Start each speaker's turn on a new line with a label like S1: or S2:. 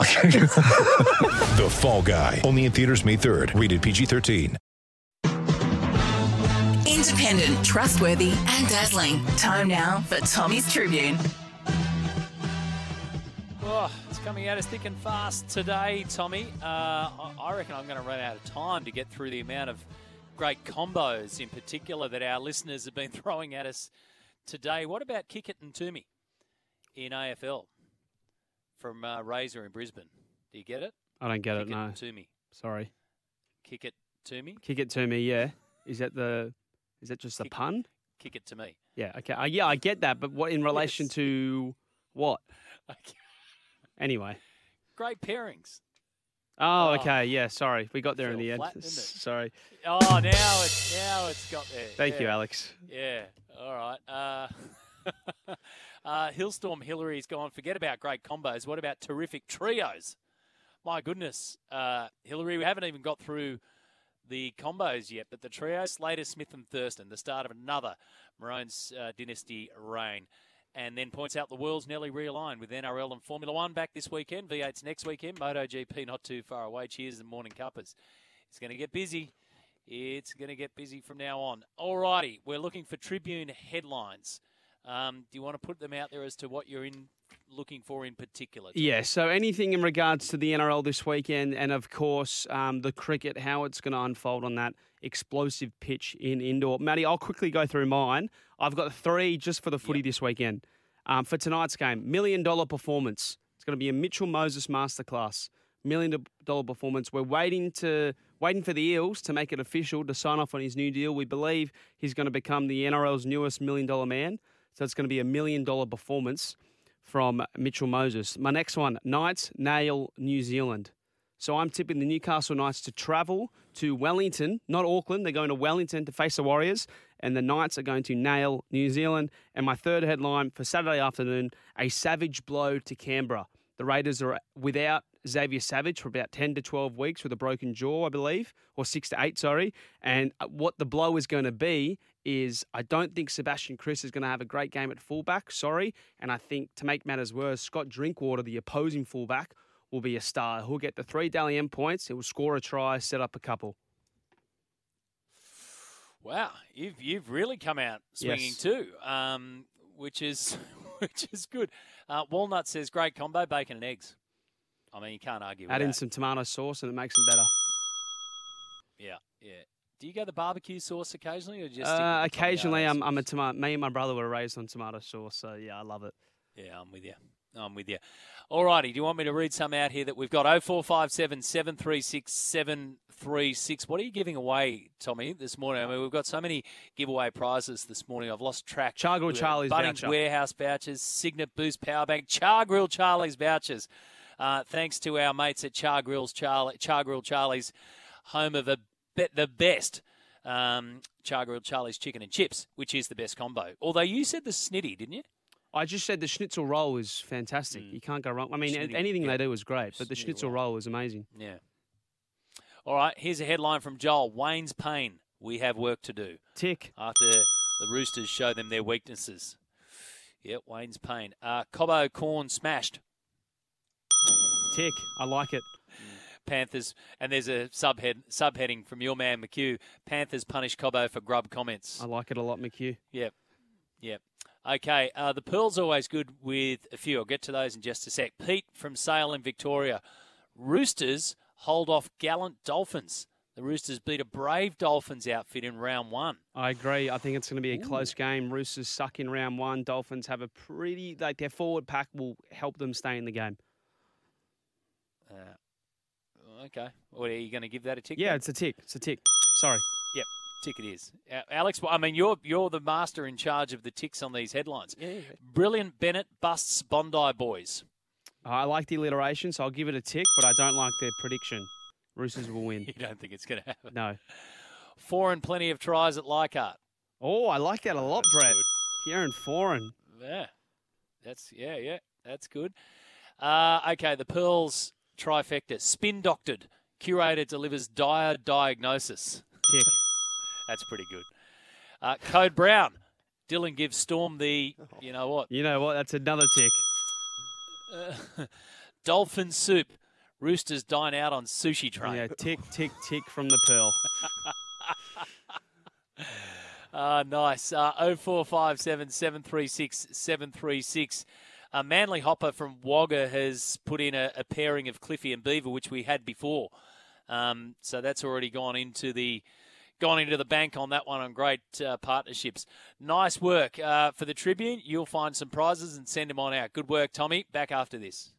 S1: The Fall Guy. Only in theaters May 3rd. Rated PG-13.
S2: Independent, trustworthy, and dazzling. Time now for Tommy's Tribune.
S3: Oh, it's coming at us thick and fast today, Tommy. Uh, I I reckon I'm going to run out of time to get through the amount of great combos, in particular, that our listeners have been throwing at us today. What about Kick It and Toomey in AFL from uh, Razor in Brisbane? Do you get it?
S4: I don't get
S3: Kick
S4: it. No,
S3: it Toomey.
S4: sorry.
S3: Kick it to me.
S4: Kick it to me. Yeah. Is that the? Is that just the
S3: Kick-
S4: pun?
S3: Kick it to me.
S4: Yeah. Okay. Uh, yeah, I get that. But what in relation to what?
S3: Okay.
S4: Anyway.
S3: Great pairings.
S4: Oh,
S3: Oh.
S4: okay. Yeah. Sorry, we got there in
S3: Fell
S4: the end.
S3: flat, didn't it?
S4: sorry.
S3: Oh, now it's now it's got there.
S4: Thank
S3: Yeah.
S4: you, Alex.
S3: Yeah. All right. Uh, uh, Hillstorm Hillary's gone. Forget about great combos. What about terrific trios? My goodness, uh, Hillary, we haven't even got through the combos yet, but the trio Slater, Smith, and Thurston, the start of another Maroons uh, dynasty reign. And then points out the world's nearly realigned with NRL and Formula One back this weekend. V8's next weekend. MotoGP not too far away. Cheers and morning cuppers. It's going to get busy. It's going to get busy from now on. All righty, we're looking for Tribune headlines. Um, do you want to put them out there as to what you're in looking for in particular? Tom?
S4: Yeah. So anything in regards to the NRL this weekend, and of course um, the cricket, how it's going to unfold on that explosive pitch in indoor. Matty, I'll quickly go through mine. I've got three just for the footy this weekend. Um, for tonight's game, million dollar performance. It's going to be a Mitchell Moses masterclass. Million dollar performance. We're waiting to waiting for the Eels to make it official to sign off on his new deal. We believe he's going to become the NRL's newest million dollar man. So it's going to be a million dollar performance from Mitchell Moses. My next one, Knights nail New Zealand. So I'm tipping the Newcastle Knights to travel to Wellington, not Auckland. They're going to Wellington to face the Warriors, and the Knights are going to nail New Zealand. And my third headline for Saturday afternoon a savage blow to Canberra. The Raiders are without Xavier Savage for about 10 to 12 weeks with a broken jaw, I believe, or six to eight, sorry. And uh, what the blow is going to be is I don't think Sebastian Chris is going to have a great game at fullback, sorry. And I think to make matters worse, Scott Drinkwater, the opposing fullback, will be a star. He'll get the three Daly M points. He'll score a try, set up a couple.
S3: Wow, you've you've really come out swinging
S4: Yes.
S3: too, um, which is which is good. Uh, Walnut says great combo, bacon and eggs. I mean, you can't argue.
S4: Add
S3: with
S4: in
S3: that.
S4: some tomato sauce and it makes them better.
S3: Yeah, yeah. Do you go the barbecue sauce occasionally, or just stick
S4: Uh,
S3: with the tomato
S4: occasionally, I'm, I'm a
S3: sauce?
S4: tomato. Me and my brother were raised on tomato sauce, so yeah, I love it.
S3: yeah, I'm with you. I'm with you. All righty. Do you want me to read some out here that we've got? Oh four five seven seven three six seven three six. What are you giving away, Tommy, this morning? I mean, we've got so many giveaway prizes this morning. I've lost track.
S4: Char Grill
S3: We had
S4: Charlie's
S3: Bunnings
S4: voucher.
S3: Warehouse vouchers, Signet Boost Power Bank, Char Grill Charlie's vouchers. Uh, thanks to our mates at Char Grill's Charlie, Char Grill Charlie's, home of a, be- the best um, Char Grill Charlie's chicken and chips, which is the best combo. Although you said the snitty, didn't you?
S4: I just said the schnitzel roll is fantastic. You can't go wrong. I mean,
S3: Schnitty-
S4: anything
S3: Hmm. yeah.
S4: they do is great, but the
S3: Schnitty
S4: schnitzel
S3: roll.
S4: roll is amazing.
S3: Yeah. All right, here's a headline from Joel Wayne's Pain. We have work to do
S4: Tick.
S3: after the Roosters show them their weaknesses. Yep, Wayne's Pain. Uh, Cobo Corn smashed.
S4: Tick. I like it.
S3: Panthers, and there's a subhead subheading from your man McHugh. Panthers punish Cobo for grub comments.
S4: I like it a lot, McHugh.
S3: Yep, yep. Okay, uh, the pearl's always good with a few. I'll get to those in just a sec. Pete from Sale in Victoria. Roosters hold off gallant Dolphins. The Roosters beat a brave Dolphins outfit in round one.
S4: I agree. I think it's going to be a close game. Roosters suck in round one. Dolphins have a pretty like their forward pack will help them stay in the game.
S3: Uh, okay, what are you going to give that a tick?
S4: Yeah,
S3: then?
S4: it's a tick. It's a tick. Sorry.
S3: Yep, tick it is. Uh, Alex, well, I mean, you're you're the master in charge of the ticks on these headlines. Brilliant Bennett busts Bondi Boys.
S4: I like the alliteration, so I'll give it a tick, but I don't like their prediction. Roosters will win.
S3: You don't think it's going to happen.
S4: No.
S3: Four and plenty of tries at Leichhardt.
S4: Oh, I like that a lot, Brett.
S3: good.
S4: Kieran Foran.
S3: Yeah, that's yeah, yeah, that's good. Uh, okay, the Pearls trifecta: spin doctored, curator delivers dire diagnosis.
S4: Tick.
S3: That's pretty good. Uh, Code Brown, Dylan gives Storm the you know what
S4: You know what? That's another tick.
S3: dolphin soup. Roosters dine out on sushi train.
S4: Yeah, tick, tick, tick from the Pearl.
S3: Uh, nice. Uh, 0457 736 736. Uh, Manly Hopper from Wagga has put in a, a pairing of Cliffy and Beaver, which we had before. Um, so that's already gone into the gone into the bank on that one on great uh, partnerships. Nice work uh, for the Tribune. You'll find some prizes and send them on out. Good work, Tommy. Back after this.